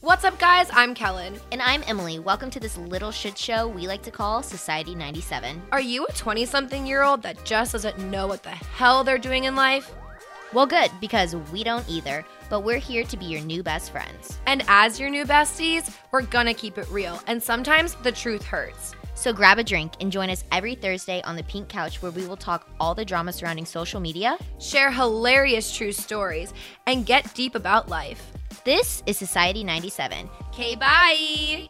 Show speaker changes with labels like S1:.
S1: What's up, guys? I'm Kellen.
S2: And I'm Emily. Welcome to this little shit show we like to call Society 97.
S1: Are you a 20 something year old that just doesn't know what the hell they're doing in life?
S2: Well, good, because we don't either, but we're here to be your new best friends.
S1: And as your new besties, we're gonna keep it real, and sometimes the truth hurts.
S2: So grab a drink and join us every Thursday on the Pink Couch where we will talk all the drama surrounding social media.
S1: Share hilarious true stories and get deep about life.
S2: This is Society 97.
S1: Okay, bye.